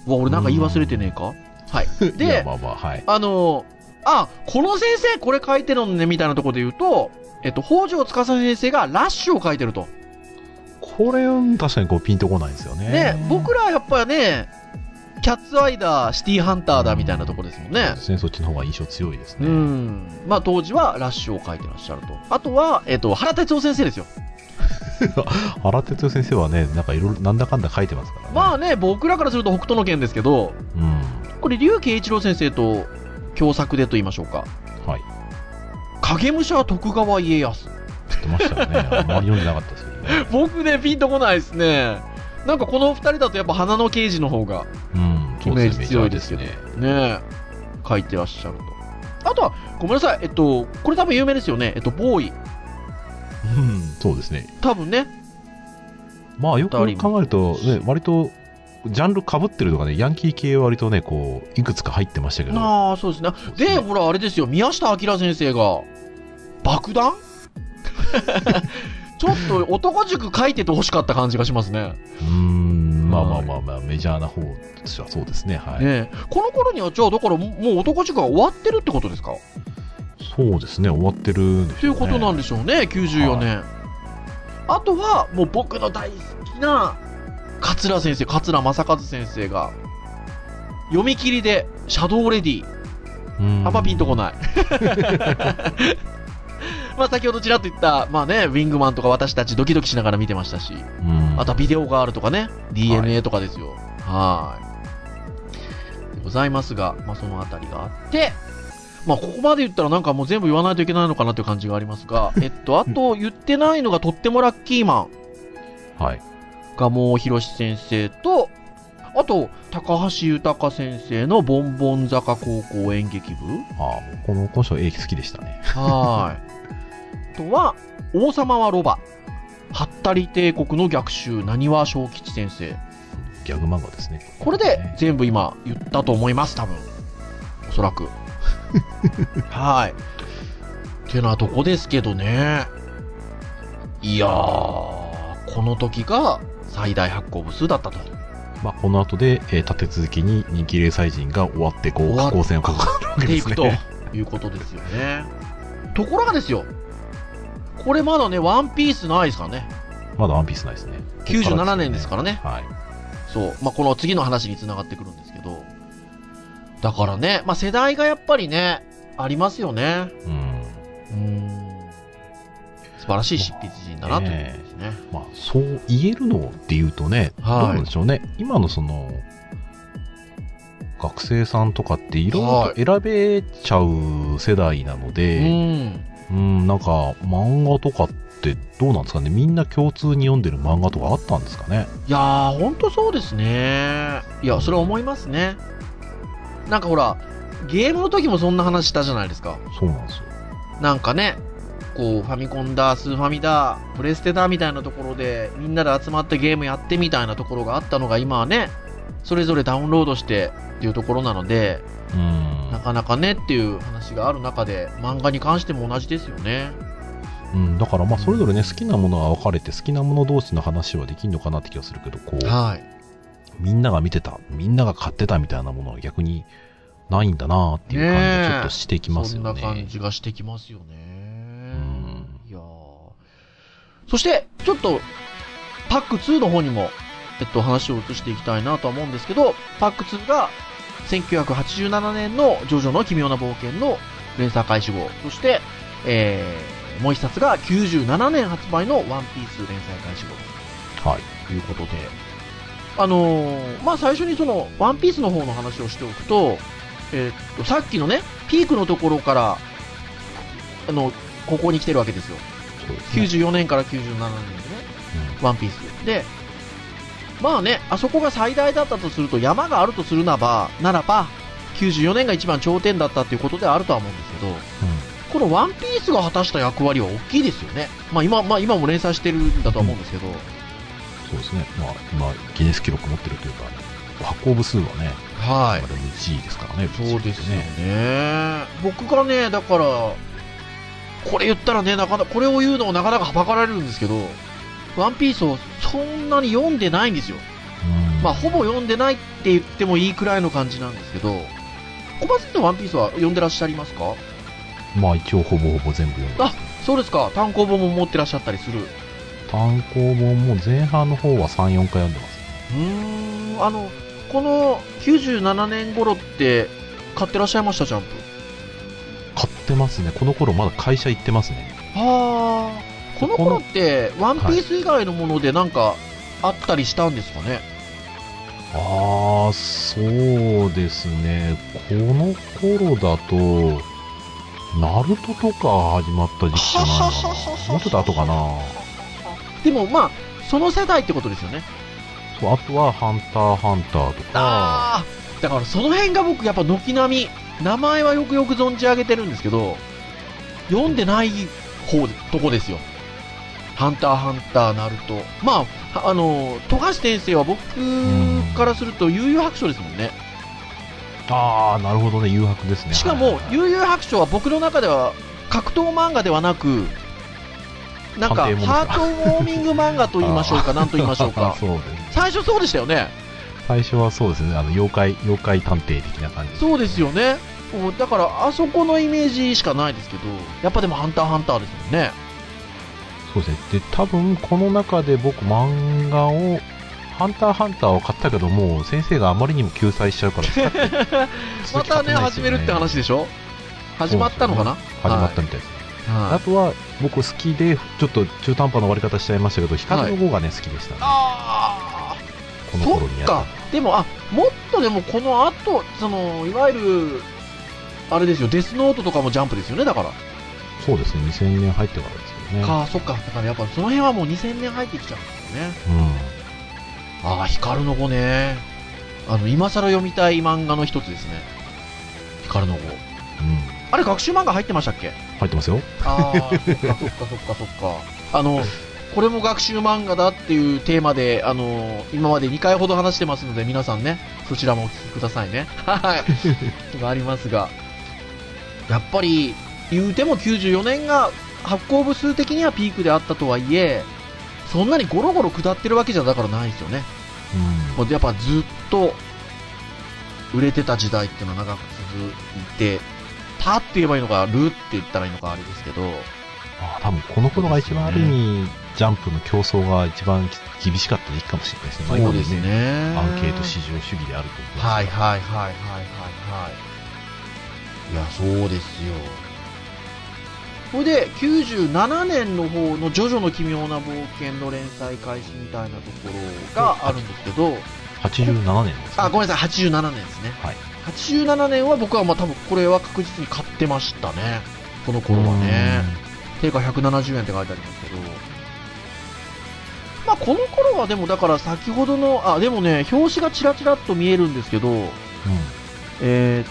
[SPEAKER 3] うわ、俺なんか言い忘れてねえかはい。
[SPEAKER 4] いや
[SPEAKER 3] で、
[SPEAKER 4] まあまあ、はい。
[SPEAKER 3] あのあ、この先生これ書いてるのね、みたいなところで言うと、えっと、北条司先生がラッシュを書いてると。
[SPEAKER 4] これは確かにこうピンとこないんですよね。
[SPEAKER 3] ね、僕らはやっぱね、キャッツアイだ、シティハンターだ、みたいなところですもん
[SPEAKER 4] そう
[SPEAKER 3] ね
[SPEAKER 4] で。すね、そっちの方が印象強いです
[SPEAKER 3] う
[SPEAKER 4] ね。
[SPEAKER 3] ん。まあ、当時はラッシュを書いてらっしゃると。あとは、えっと、原哲夫先生ですよ。
[SPEAKER 4] 原哲夫先生はね、なんかいろいろなんだかんだ書いてますからね。
[SPEAKER 3] まあね、僕らからすると北斗の拳ですけど、
[SPEAKER 4] うん。
[SPEAKER 3] これ、竜慶一郎先生と共作でと言いましょうか。
[SPEAKER 4] はい。
[SPEAKER 3] 影武者徳川家康。
[SPEAKER 4] 知ってましたよね。あんまり読んでなかったですけどね。
[SPEAKER 3] 僕ね、ピンとこないですね。なんかこの二人だとやっぱ花の刑事の方が
[SPEAKER 4] うん。
[SPEAKER 3] イ
[SPEAKER 4] そう
[SPEAKER 3] メー
[SPEAKER 4] です
[SPEAKER 3] ジ
[SPEAKER 4] ね、
[SPEAKER 3] 強いですけど
[SPEAKER 4] メ
[SPEAKER 3] ね
[SPEAKER 4] ジャーですね
[SPEAKER 3] 書いてらっしゃると。あとは、ごめんなさい、えっと、これ多分有名ですよね。えっと、ボーイ。
[SPEAKER 4] うん、そうですね。
[SPEAKER 3] 多分ね。
[SPEAKER 4] まあ、よくよく考えると、ね、割と、ジャンル被ってるとかね、ヤンキー系は割とね、こう、いくつか入ってましたけど。
[SPEAKER 3] ああ、そうですね。
[SPEAKER 4] そうすね
[SPEAKER 3] で、ほら、あれですよ、宮下明先生が、爆弾 ちょっと男塾書いてて欲しかった感じがしますね。
[SPEAKER 4] うーん、まあまあまあまあ、メジャーな方としてはそうですね。はい。
[SPEAKER 3] ねえこの頃には、じゃあ、だからももう男塾が終わってるってことですか
[SPEAKER 4] そうですね、終わってるんで
[SPEAKER 3] っ
[SPEAKER 4] して
[SPEAKER 3] い
[SPEAKER 4] ょ
[SPEAKER 3] うことなん
[SPEAKER 4] で
[SPEAKER 3] でしょうね、94年。あとは、もう僕の大好きな桂先生、桂正和先生が、読み切りで、シャドウレディ、あんまピンとこ
[SPEAKER 4] い。
[SPEAKER 3] ない。まあ先ほどちらっと言った、まあね、ウィングマンとか私たちドキドキしながら見てましたし、
[SPEAKER 4] うん
[SPEAKER 3] あとはビデオがあるとかね、DNA とかですよ。はーい。でございますが、まあそのあたりがあって、まあここまで言ったらなんかもう全部言わないといけないのかなという感じがありま すが、えっと、あと言ってないのがとってもラッキーマン
[SPEAKER 4] はい。
[SPEAKER 3] がもう広志先生と、あと、高橋豊先生のボンボン坂高校演劇部
[SPEAKER 4] ああ、もうこの、この人、好きでしたね。
[SPEAKER 3] はい。あとは、王様はロバ。ハッタリ帝国の逆襲、何は小吉先生。
[SPEAKER 4] ギャグ漫画ですね。
[SPEAKER 3] これで全部今言ったと思います、多分。おそ らく。はい。てなとこですけどね。いやー、この時が最大発行部数だったと。
[SPEAKER 4] まあ、この後で、えー立て続けに人気連載人が終わって、こう、
[SPEAKER 3] 終わっ
[SPEAKER 4] 下降線をかかるわけ
[SPEAKER 3] って
[SPEAKER 4] で
[SPEAKER 3] い
[SPEAKER 4] す
[SPEAKER 3] く
[SPEAKER 4] ね。
[SPEAKER 3] ということですよね。ところがですよ、これまだね、ワンピースないですからね。
[SPEAKER 4] まだワンピースないですね。
[SPEAKER 3] 97年ですからね。
[SPEAKER 4] はい。
[SPEAKER 3] そう、まあ、この次の話につながってくるんですけど、だからね、まあ、世代がやっぱりね、ありますよね。
[SPEAKER 4] うん。
[SPEAKER 3] うん。素晴らしい執筆人だなということですね。
[SPEAKER 4] まあ、そう言えるのっていうとね、
[SPEAKER 3] はい
[SPEAKER 4] どうなんでしょうね。今のその、学生さんとかっていろいろと選べちゃう世代なので、
[SPEAKER 3] うん。
[SPEAKER 4] うん、なんか漫画とかってどうなんですかねみんな共通に読んでる漫画とかあったんですかね
[SPEAKER 3] いやー、ほんとそうですね。いや、それは思いますね。なんかほら、ゲームの時もそんな話したじゃないですか。
[SPEAKER 4] そうなんですよ。
[SPEAKER 3] なんかね、こう、ファミコンだ、スーファミだ、プレステだみたいなところで、みんなで集まってゲームやってみたいなところがあったのが、今はね、それぞれダウンロードしてっていうところなので、
[SPEAKER 4] うん
[SPEAKER 3] なかなかねっていう話がある中で、漫画に関しても同じですよね。
[SPEAKER 4] うん、だからまあそれぞれね好きなものが分かれて好きなもの同士の話はできるのかなって気がするけどこう
[SPEAKER 3] はい。
[SPEAKER 4] みんなが見てたみんなが買ってたみたいなものは逆にないんだなっていう感じがちょっとしてきます
[SPEAKER 3] そん
[SPEAKER 4] よ
[SPEAKER 3] な
[SPEAKER 4] ね。
[SPEAKER 3] 感じがしてきますよね。
[SPEAKER 4] うん
[SPEAKER 3] いやーそして、ちょっと、パック2の方にも、えっと、話を移していきたいなとは思うんですけど、パック2が、1987年のジョジョの奇妙な冒険の連鎖開始号、そして、えー、もう一冊が97年発売のワンピース連載開始号
[SPEAKER 4] はい。
[SPEAKER 3] ということで、あのーまあ、最初にその、ワンピースの方の話をしておくと、えーっと、さっきのね、ピークのところから、あの、ここに来てるわけですよ。
[SPEAKER 4] そうですね。
[SPEAKER 3] 94年から97年でね、ワンピース。で、まあね、あそこが最大だったとすると、山があるとするならば、ならば、94年が一番頂点だったっていうことであるとは思うんですけど、このワンピースが果たした役割は大きいですよね。まあ今、まあ今も連載してるんだとは思うんですけど、
[SPEAKER 4] うん、そうですね。まあ今ギネス記録持ってるというか、発行部数はね、
[SPEAKER 3] は
[SPEAKER 4] あれ。も1位ですからね。
[SPEAKER 3] そうですよね。僕がね、だから、これ言ったらね、なかなこれを言うのもなかなかはばかられるんですけど、ワンピースをそんなに読んでないんですよ。
[SPEAKER 4] うん
[SPEAKER 3] まあ、ほぼ読んでないって言ってもいいくらいの感じなんですけど、小松さんのワンピースは読んでらっしゃいますか
[SPEAKER 4] まあ一応ほぼほぼ全部読んで
[SPEAKER 3] あそうですか、単行本も持ってらっしゃったりする。う
[SPEAKER 4] 単行本も前半の方は34回読んでます
[SPEAKER 3] ーん、あの、この97年頃って、買ってらっしゃいました、ジャンプ。
[SPEAKER 4] 買ってますねこの頃まだ会社行ってますね
[SPEAKER 3] はあ、この頃って、ワンピース以外のものでなんか、あったりしたんですかね。
[SPEAKER 4] ああそうですねこの頃だとナルトとか始まった時期じゃないのか なもうちょっと後かな
[SPEAKER 3] でもまあ、その世代ってことですよね。
[SPEAKER 4] そうあとは「ハンターハンター」とか
[SPEAKER 3] ああ、だからその辺が僕やっぱ軒並み、名前はよくよく存じ上げてるんですけど、読んでない方、とこですよ。ハンターハンター、ナルト。まあ、はあの、富樫先生は僕からすると悠々白書ですもんね。
[SPEAKER 4] ああなるほどね誘白ですね
[SPEAKER 3] しか
[SPEAKER 4] はい
[SPEAKER 3] も
[SPEAKER 4] はい、はい
[SPEAKER 3] 悠々白書は僕の中では格闘漫画ではなく、なんか、
[SPEAKER 4] 探偵もの
[SPEAKER 3] ハートウォーミング漫画と言いましょうか、なんと言いましょう か。
[SPEAKER 4] そうですね。
[SPEAKER 3] 最初そうでしたよね。
[SPEAKER 4] 最初はそうですね。あの、妖怪、妖怪探偵的な感じ。
[SPEAKER 3] そうですよね。もうだから、あそこのイメージしかないですけど、やっぱでもハンターハンターですもんね。
[SPEAKER 4] そうですね。で、多分この中で僕漫画を、ハンターハンターを買ったけど、もう先生があまりにも救済しちゃうから、
[SPEAKER 3] またね、始めるって話
[SPEAKER 4] で
[SPEAKER 3] でしょ始まったのかな
[SPEAKER 4] 始まったみたいです。
[SPEAKER 3] はい
[SPEAKER 4] あとは、僕好きで、ちょっと中途半端な終わり方しちゃいましたけど、光の碁がね、好きでしたね、
[SPEAKER 3] ああ
[SPEAKER 4] この
[SPEAKER 3] そ
[SPEAKER 4] 頃
[SPEAKER 3] っ
[SPEAKER 4] にやった
[SPEAKER 3] か。でも、あ、もっとでもこの後、その、いわゆる、あれですよ、デスノートとかもジャンプですよね、だから。
[SPEAKER 4] そうですね、2000年入ってからですよね。
[SPEAKER 3] か、そっか。だからやっぱその辺はもう2000年入ってきちゃうんですよね。
[SPEAKER 4] うん。
[SPEAKER 3] ああ、光の子ね。あの、今更読みたい漫画の一つですね。光の子。
[SPEAKER 4] うん。
[SPEAKER 3] あれ、学習漫画入ってましたっけ
[SPEAKER 4] 入ってますよ。
[SPEAKER 3] ああ、そっかそっかそっかそっか。あの、これも学習漫画だっていうテーマで、あの、今まで2回ほど話してますので、皆さんね、そちらもお聞きくださいね。はい。がありますが、やっぱり、言うても94年が発行部数的にはピークであったとはいえ、そんなにゴロゴロ下ってるわけじゃだからないですよね。
[SPEAKER 4] うん。
[SPEAKER 3] もうやっぱずっと売れてた時代っていうのは長く続いてたって言えばいいのかるって言ったらいいのかあれですけど
[SPEAKER 4] ああ、多分この頃が一番ある意味、ジャンプの競争が一番厳しかった時期かもしれないですね。
[SPEAKER 3] そうですね
[SPEAKER 4] まあ今のねアンケート至上主義であると思います
[SPEAKER 3] はいはいはいはいはいはいいやそうですよこれで97年の方の「ジョジョの奇妙な冒険」の連載開始みたいなところがあるんですけ ど
[SPEAKER 4] 87年です、ね。
[SPEAKER 3] あごめんなさい87年ですね
[SPEAKER 4] はい。
[SPEAKER 3] 87年は僕はまあ多分これは確実に買ってましたねこの頃はね定価170円って書いてありますけど、まあ、この頃はでもだから先ほどのあでもね表紙がちらちらっと見えるんですけどえーっ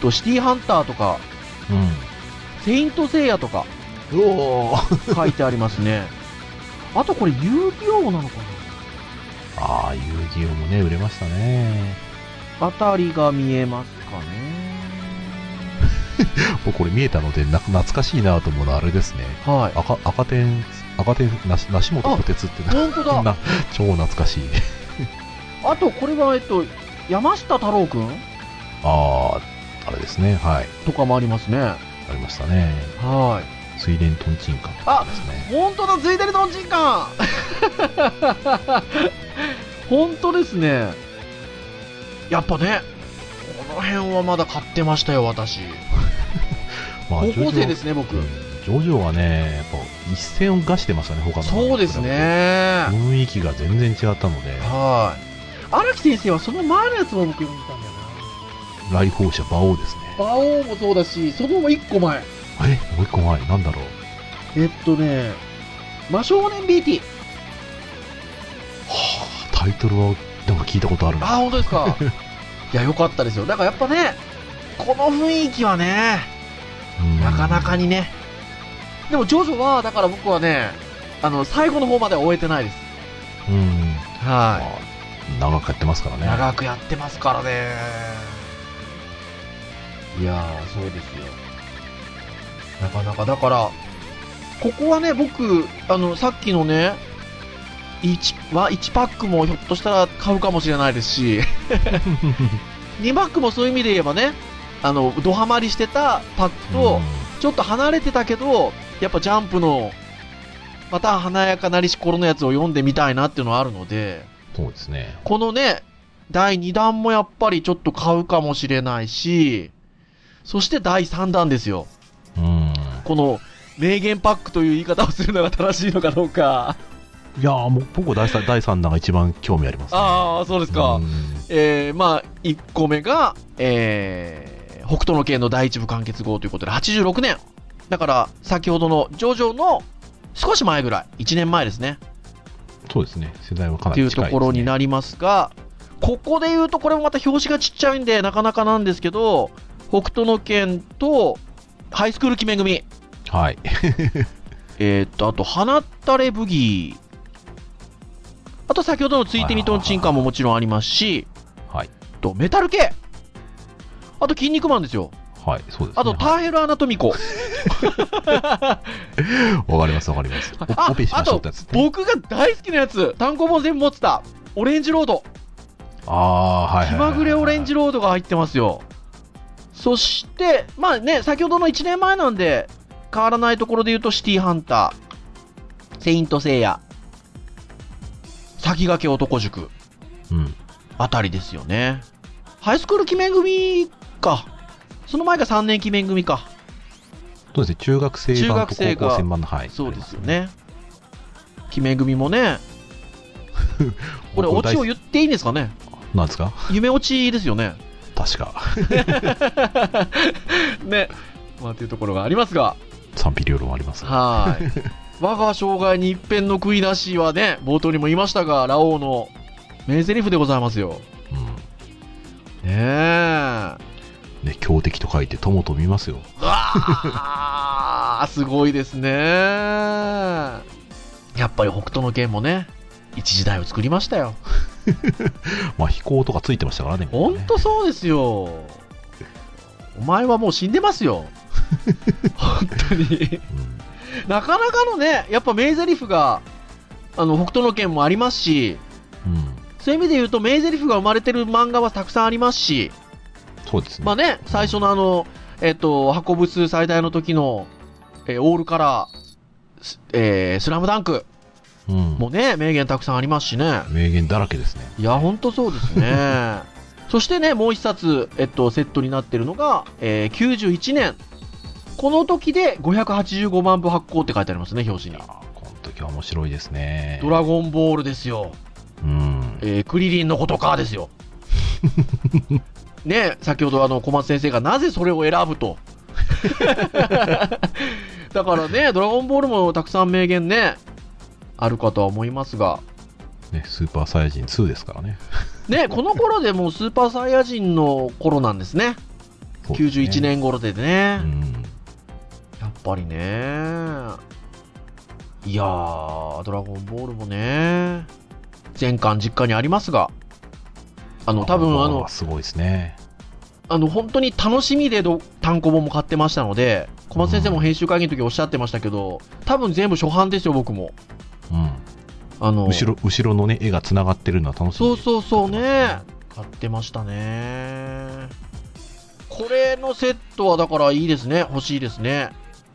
[SPEAKER 3] とシティーハンターとか
[SPEAKER 4] うん。うん。
[SPEAKER 3] セイントセイヤとか
[SPEAKER 4] うおー
[SPEAKER 3] 書いてあります ねあとこれ遊戯王なのか
[SPEAKER 4] ああ、遊戯王もね、売れましたね。
[SPEAKER 3] なあたりが見えますかね
[SPEAKER 4] 僕これ見えたので、な懐かしいなと思うのはあれですね。
[SPEAKER 3] はい
[SPEAKER 4] 赤、赤点、赤点、なし、梨本小鉄ってな、
[SPEAKER 3] 本当 だ
[SPEAKER 4] な、超懐かしい。
[SPEAKER 3] あとこれはえっと山下太郎くん
[SPEAKER 4] ああ、あれですね。はい。
[SPEAKER 3] とかもありますね
[SPEAKER 4] ありましたね。
[SPEAKER 3] はい
[SPEAKER 4] 水蓮トンチンカンとかですね。
[SPEAKER 3] 本当だズイデルトンチンカン 本当ですねやっぱねこの辺はまだ買ってましたよ私
[SPEAKER 4] ま。
[SPEAKER 3] 高校生ですすね僕、
[SPEAKER 4] うんジョジョはね、やっぱ一線を画してましたね、他の。
[SPEAKER 3] そうです。ね
[SPEAKER 4] 雰囲気が全然違ったので、
[SPEAKER 3] はい荒木先生はその前のやつも僕読んでたんだ
[SPEAKER 4] 来
[SPEAKER 3] よ
[SPEAKER 4] 訪者馬王ですね。
[SPEAKER 3] な馬王もそうだしその1個前
[SPEAKER 4] え、もう一個前、なんだろう。
[SPEAKER 3] えっとね真少年 BT
[SPEAKER 4] はあ、タイトルは、なんか聞いたことあるな。
[SPEAKER 3] あ本当です かいや良かったですよだからやっぱねこの雰囲気はね
[SPEAKER 4] うん
[SPEAKER 3] なかなか。にね。でも、ジョジョは、だから僕はね、あの、最後の方までは終えてないです。
[SPEAKER 4] うん。
[SPEAKER 3] は
[SPEAKER 4] まあ長くやってますから
[SPEAKER 3] い。
[SPEAKER 4] ね。
[SPEAKER 3] 長くやってますからね。いやー、そうですよ。なかなか、だから、ここはね、僕、あの、さっきのね、1, は1パックもひょっとしたら買うかもしれないです し、2パックもそういう意味で言えばね、あの、ドハマりしてたパックと、ちょっと離れてたけど、やっぱジャンプの、また華やかなりし頃のやつを読んでみたいなっていうのはあるので、
[SPEAKER 4] うんそうですね。
[SPEAKER 3] このね、第2弾もやっぱりちょっと買うかもしれないし、そして第3弾ですよ。
[SPEAKER 4] うん。
[SPEAKER 3] この、名言パックという言い方をするのが正しいのかどうか。
[SPEAKER 4] いやー、もう僕は第三第3弾が一番興味あります、ね。
[SPEAKER 3] ああ、そうですか。
[SPEAKER 4] うん
[SPEAKER 3] えー、まあ、1個目が、えー、北斗の拳の第一部完結号ということで、86年。だから、先ほどのジョジョの少し前ぐらい、1年前ですね。
[SPEAKER 4] そうですね。世代はか
[SPEAKER 3] っ
[SPEAKER 4] な
[SPEAKER 3] てい
[SPEAKER 4] り
[SPEAKER 3] う
[SPEAKER 4] 近
[SPEAKER 3] と
[SPEAKER 4] いです、ね。
[SPEAKER 3] ころになりますが、ここで言うと、これもまた表紙がちっちゃいんで、なかなかなんですけど、北斗の拳と、ハイスクール決め組、
[SPEAKER 4] はい。
[SPEAKER 3] えーっと、あと、花垂れブギー、あと先ほどのついてみとんちんかんももちろんありますし、
[SPEAKER 4] はい。
[SPEAKER 3] とメタル系、あと、筋肉マンですよ。
[SPEAKER 4] はい。そうです、ね。
[SPEAKER 3] あと、ターヘルアナトミコ。
[SPEAKER 4] わかりますわかります。
[SPEAKER 3] あ
[SPEAKER 4] おオペしま
[SPEAKER 3] あ
[SPEAKER 4] しょう
[SPEAKER 3] と
[SPEAKER 4] ってやつ、ね。
[SPEAKER 3] 僕が大好きなやつ単行本全部持ってたオレンジロード
[SPEAKER 4] ああー、はい、はいはいはい。
[SPEAKER 3] 気まぐれオレンジロードが入ってますよそしてまあね先ほどの1年前なんで変わらないところで言うとシティーハンターセイントセイヤ先駆け男塾
[SPEAKER 4] うん。
[SPEAKER 3] あたりですよねハイスクール記念組かその前が3年記念組か
[SPEAKER 4] そうですね、中学生版と
[SPEAKER 3] 中学生
[SPEAKER 4] 高
[SPEAKER 3] が
[SPEAKER 4] 校生版の、はい。
[SPEAKER 3] そうですよ。ね記念組もねこれオチを言っていいんですかね
[SPEAKER 4] なんですか
[SPEAKER 3] 夢落ちですよね。
[SPEAKER 4] 確か。
[SPEAKER 3] ね。まあ、というところがありますが、
[SPEAKER 4] 賛否両論あります。
[SPEAKER 3] はーい。我が生涯に一遍の悔いなしはね、冒頭にも言いましたが、ラオウの名台詞でございますよ。
[SPEAKER 4] うん。
[SPEAKER 3] ねえ。
[SPEAKER 4] ね、強敵と書いて友と見ますよ。
[SPEAKER 3] うわあ、すごいですね。やっぱり北斗の拳もね、一時代を作りましたよ。
[SPEAKER 4] まあ、飛行とかついてましたからね。
[SPEAKER 3] ほんとそうですよ。お前はもう死んでますよ。本当に。
[SPEAKER 4] みんなね
[SPEAKER 3] なかなかのね、やっぱ名台詞が、あの、北斗の拳もありますし、
[SPEAKER 4] うん。うん。
[SPEAKER 3] そういう意味で言うと名台詞が生まれてる漫画はたくさんありますし、
[SPEAKER 4] そうですね。
[SPEAKER 3] まあね、最初のあの、えっと、箱ブス最大の時の、えーオールカラー、すえースラムダンク
[SPEAKER 4] うん。
[SPEAKER 3] もね、名言たくさんありますしね。
[SPEAKER 4] 名言だらけですね。
[SPEAKER 3] いや、ほんとそうですね。そしてね、もう一冊、えっと、セットになってるのが、えー91年。この時で585万部発行って書いてありますね、表紙
[SPEAKER 4] いや
[SPEAKER 3] に。
[SPEAKER 4] ーこの時は面白いですね。
[SPEAKER 3] ドラゴンボールですよ。
[SPEAKER 4] うん。
[SPEAKER 3] えークリリンのことかで すよ。ね先ほどあの小松先生がなぜそれを選 ぶと。だからね、ドラゴンボールもたくさん名言ね、あるかとは思いますが、
[SPEAKER 4] ね、スーパーサイヤ人2ですからね。
[SPEAKER 3] ね、この頃でもうスーパーサイヤ人の頃なんですね。
[SPEAKER 4] そうですね
[SPEAKER 3] 91。年頃で
[SPEAKER 4] う
[SPEAKER 3] ね。
[SPEAKER 4] ん。
[SPEAKER 3] やっぱりね。いやー、ドラゴンボールもね、全巻実家にありますが、あの、多分あの
[SPEAKER 4] ー、すごいですね。
[SPEAKER 3] あの本当に楽しみでど単行本も買ってましたので、小松先生も編集会議の時おっしゃってましたけど、多分全部初版ですよ、僕も。
[SPEAKER 4] うん。
[SPEAKER 3] あの
[SPEAKER 4] 後ろ、後ろのね、絵が繋がってるのは楽しい。
[SPEAKER 3] そうそうそうね
[SPEAKER 4] 買って、
[SPEAKER 3] 買ってましたね。これのセットはだからいいですね、欲しいですね。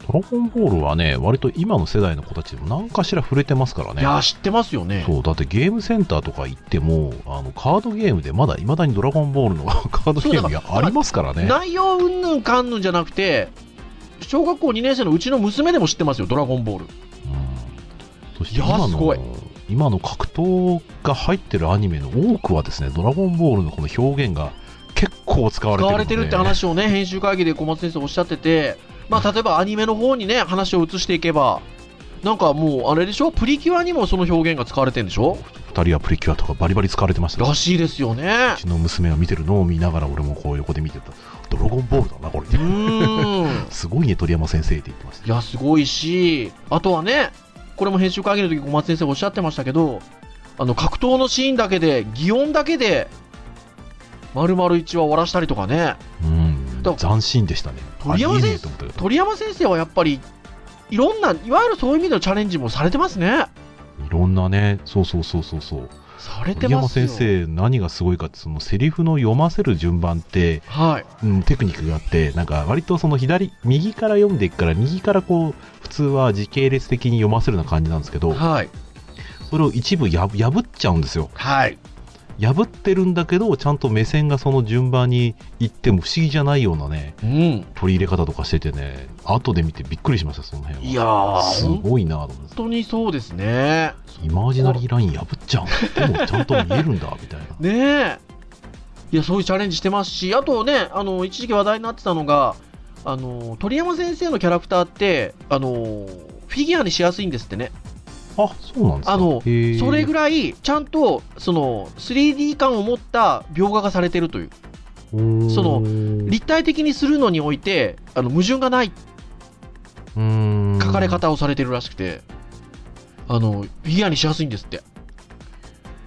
[SPEAKER 4] ドラゴンボールはね、割と今の世代の子たちでも何かしら触れてますからね。
[SPEAKER 3] いやー、知ってますよね。
[SPEAKER 4] そうだってゲームセンターとか行ってもあのカードゲームでまだいまだに「ドラゴンボール」の カードゲームがありますからね
[SPEAKER 3] 内容うんぬんかんぬんじゃなくて、小学校2年生のうちの娘でも知ってますよ、ドラゴンボール。
[SPEAKER 4] うんそして
[SPEAKER 3] いや
[SPEAKER 4] 今
[SPEAKER 3] すごい
[SPEAKER 4] の今の格闘が入ってるアニメの多くはですね「ドラゴンボール」のこの表現が結構使われてる
[SPEAKER 3] 使わ
[SPEAKER 4] ので
[SPEAKER 3] れてるって話をね、編集会議で小松先生おっしゃってて、まあ、例えばアニメの方にね、話を移していけば、なんかもう、あれでしょ、プリキュアにもその表現が使われてるんでしょ
[SPEAKER 4] 2人はプリキュアとかバリバリ使われてましたよ
[SPEAKER 3] らしいですよね
[SPEAKER 4] う。ちの娘が見てるのを見ながら俺もこう横で見てた「ドラゴンボール」だなこれ
[SPEAKER 3] うーん。
[SPEAKER 4] すごいね鳥山先生って言ってました
[SPEAKER 3] いや、すごいし、あとはね、これも編集会議の時小松先生おっしゃってましたけど、あの、格闘のシーンだけで、擬音だけで、丸々一話終わらしたりとかね、
[SPEAKER 4] うん
[SPEAKER 3] だ
[SPEAKER 4] 斬新でしたね
[SPEAKER 3] 鳥山
[SPEAKER 4] ありえね
[SPEAKER 3] 先
[SPEAKER 4] え
[SPEAKER 3] 生
[SPEAKER 4] と思ったけど
[SPEAKER 3] 鳥山先生はやっぱり、いろんな、いわゆるそういう意味でのチャレンジもされてますね。
[SPEAKER 4] いろんなね、そうそうそうそうそう。
[SPEAKER 3] されて
[SPEAKER 4] 鳥山
[SPEAKER 3] ますよ。
[SPEAKER 4] 先生、何がすごいかって、そのセリフの読ませる順番って、
[SPEAKER 3] はい。
[SPEAKER 4] うん、テクニックがあって、なんか割とその左、右から読んでいくから、右からこう、普通は時系列的に読ませるような感じなんですけど、
[SPEAKER 3] はい。
[SPEAKER 4] それを一部や破っちゃうんですよ。
[SPEAKER 3] はい。
[SPEAKER 4] 破ってるんだけど、ちゃんと目線がその順番に行っても不思議じゃないようなね、
[SPEAKER 3] うん。
[SPEAKER 4] 取り入れ方とかしててね、後で見てびっくりしました、その辺は。
[SPEAKER 3] いやー、
[SPEAKER 4] す
[SPEAKER 3] 本
[SPEAKER 4] ごいなと思って。
[SPEAKER 3] 当にそうですね。
[SPEAKER 4] イマージナリーライン破っちゃうんだでもちゃんと見えるんだ、みたいな。
[SPEAKER 3] ねえ。いや、そういうチャレンジしてますし、あとね、あの、一時期話題になってたのが、あの、鳥山先生のキャラクターって、あの、フィギュアにしやすいんですってね。
[SPEAKER 4] あ、そうなんですか。
[SPEAKER 3] あの
[SPEAKER 4] へー
[SPEAKER 3] それぐらい、ちゃんと、その、3D 感を持った描画がされてるという。
[SPEAKER 4] うーん
[SPEAKER 3] その
[SPEAKER 4] うー
[SPEAKER 3] 立体的にするのにおいて、あの、矛盾がない
[SPEAKER 4] ん
[SPEAKER 3] 書かれ方をされてるらしくて、あの、フィギュアにしやすいんですって。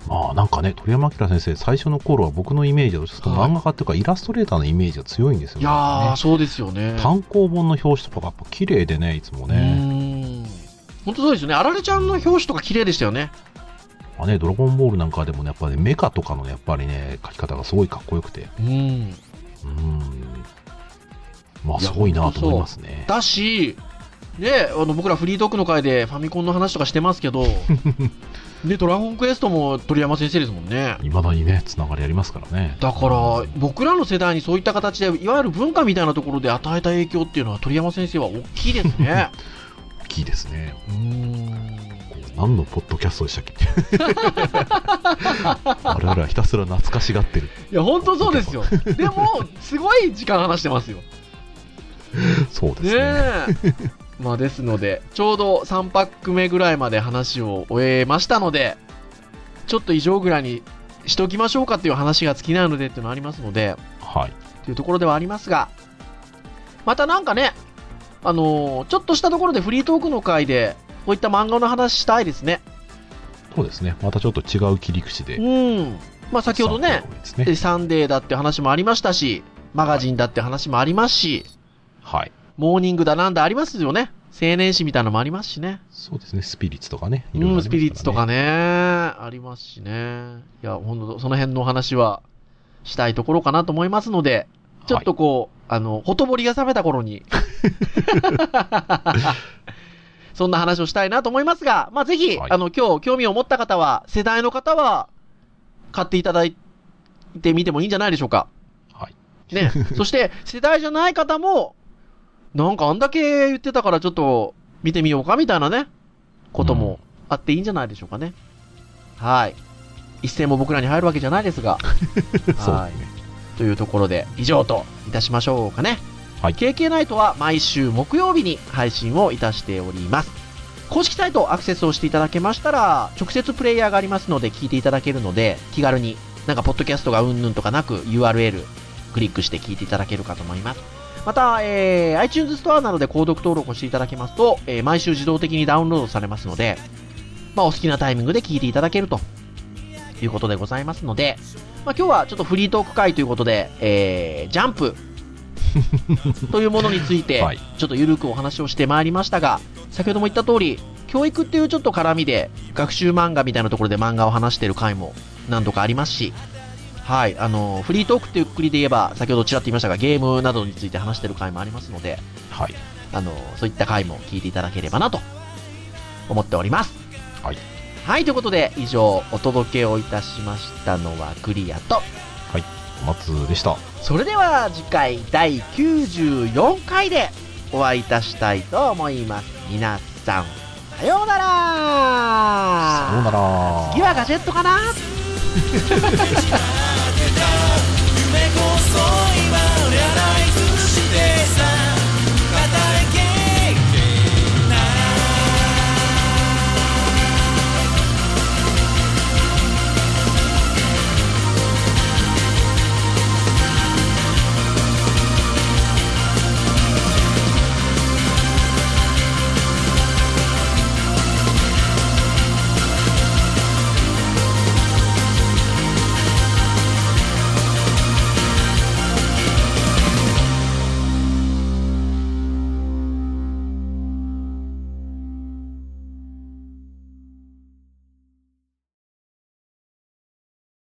[SPEAKER 4] ああ、なんかね、鳥山明先生、最初の頃は僕のイメージだと、ちょっと漫画家っていうか、イラストレーターのイメージが強いんですよ
[SPEAKER 3] い
[SPEAKER 4] ね。
[SPEAKER 3] やー、
[SPEAKER 4] ね
[SPEAKER 3] そうですよね。
[SPEAKER 4] 単行本の表紙とかがやっぱ綺麗でね、いつも
[SPEAKER 3] う
[SPEAKER 4] ね。
[SPEAKER 3] ん。本当そうですよね。あられちゃんの表紙とか綺麗でしたよね。
[SPEAKER 4] まあね、ドラゴンボールなんかでもね、やっぱね、メカとかのね、やっぱりね、描き方がすごいかっこよくて。
[SPEAKER 3] うん。
[SPEAKER 4] うん。まあ、
[SPEAKER 3] い
[SPEAKER 4] す
[SPEAKER 3] や
[SPEAKER 4] ごいな
[SPEAKER 3] ほんと
[SPEAKER 4] と
[SPEAKER 3] そう
[SPEAKER 4] 思いますね。
[SPEAKER 3] だし、ね、あの僕らフリートークの回でファミコンの話とかしてますけ ど、ね、ドラゴンクエストも鳥山先生ですもんね。
[SPEAKER 4] いまだにね、つながりありますからね。
[SPEAKER 3] だから、僕らの世代にそういった形で、いわゆる文化みたいなところで与えた影響っていうのは、鳥山先生は大きいですね。
[SPEAKER 4] 大きいですね。
[SPEAKER 3] うーん。
[SPEAKER 4] 何のポッドキャストでしたっけ 我々はひたすら懐かしがってる。
[SPEAKER 3] いや、本当そうですよ。でも、すごい時間話してますよ。
[SPEAKER 4] そうです
[SPEAKER 3] ね
[SPEAKER 4] ね。
[SPEAKER 3] え。まあ、ですので、ちょうど3パック目ぐらいまで話を終えましたので、ちょっと以上ぐらいにしときましょうかっていう話が尽きないのでっていうのありますので、
[SPEAKER 4] はい。
[SPEAKER 3] というところではありますが、またなんかね、あのーちょっとしたところでフリートークの回で、こういった漫画の話したいですね。
[SPEAKER 4] そうですね。またちょっと違う切り口で。
[SPEAKER 3] うん。まあ先ほどね、
[SPEAKER 4] ですね
[SPEAKER 3] えサンデーだって話もありましたし、マガジンだって話もありますし、
[SPEAKER 4] はい。
[SPEAKER 3] モーニングだなんだありますよね。青年誌みたいなのもありますしね。
[SPEAKER 4] そうですね。スピリッツとかね。
[SPEAKER 3] うん、スピリッツとか
[SPEAKER 4] ね。
[SPEAKER 3] ね、ありますしね。いや、ほんと、その辺のお話はしたいところかなと思いますので、ちょっとこう、あの、ほとぼりが冷めた 頃に、そんな話をしたいなと思いますが、まあ、ぜひ、
[SPEAKER 4] はい
[SPEAKER 3] あの、今日興味を持った方は、世代の方は、買っていただいてみてもいいんじゃないでしょうか。
[SPEAKER 4] はい。
[SPEAKER 3] ね。そして、世代じゃない方も、なんかあんだけ言ってたからちょっと見てみようかみたいなね、こともあっていいんじゃないでしょうかね。はい。一銭も僕らに入るわけじゃないですが、
[SPEAKER 4] そう
[SPEAKER 3] は
[SPEAKER 4] だ
[SPEAKER 3] い
[SPEAKER 4] ね。
[SPEAKER 3] というところで以上といたしましょうかね。
[SPEAKER 4] はい
[SPEAKER 3] KK ナイトは毎週木曜日に配信をいたしております。公式サイトアクセスをしていただけましたら、直接プレイヤーがありますので聞いていただけるので、気軽になんかポッドキャストがうんぬんとかなく URL クリックして聞いていただけるかと思います。また、えー iTunes ストアなどで購読登録をしていただけますと、えー毎週自動的にダウンロードされますので、まあ、お好きなタイミングで聞いていただけるということでございますので、まあ、今日はちょっとフリートーク会ということで、えージャン プというものについて、
[SPEAKER 4] はい
[SPEAKER 3] ちょっとゆるくお話をしてまいりましたが、先ほども言った通り、教育っていうちょっと絡みで、学習漫画みたいなところで漫画を話してる回も何度かありますし、はい、あの、フリートークっていうくくりで言えば、先ほどちらっと言いましたが、ゲームなどについて話してる回もありますので、
[SPEAKER 4] はい。
[SPEAKER 3] あの、そういった回も聞いていただければなと思っております。
[SPEAKER 4] はい。
[SPEAKER 3] はい、ということで、以上、お届けをいたしましたのはクリアと、
[SPEAKER 4] 松でした。
[SPEAKER 3] それでは次回第94回でお会いいたしたいと思います。皆さん、さようなら
[SPEAKER 4] さようなら。
[SPEAKER 3] 次はガジェットかな
[SPEAKER 2] 「君の声が聞こえてくる」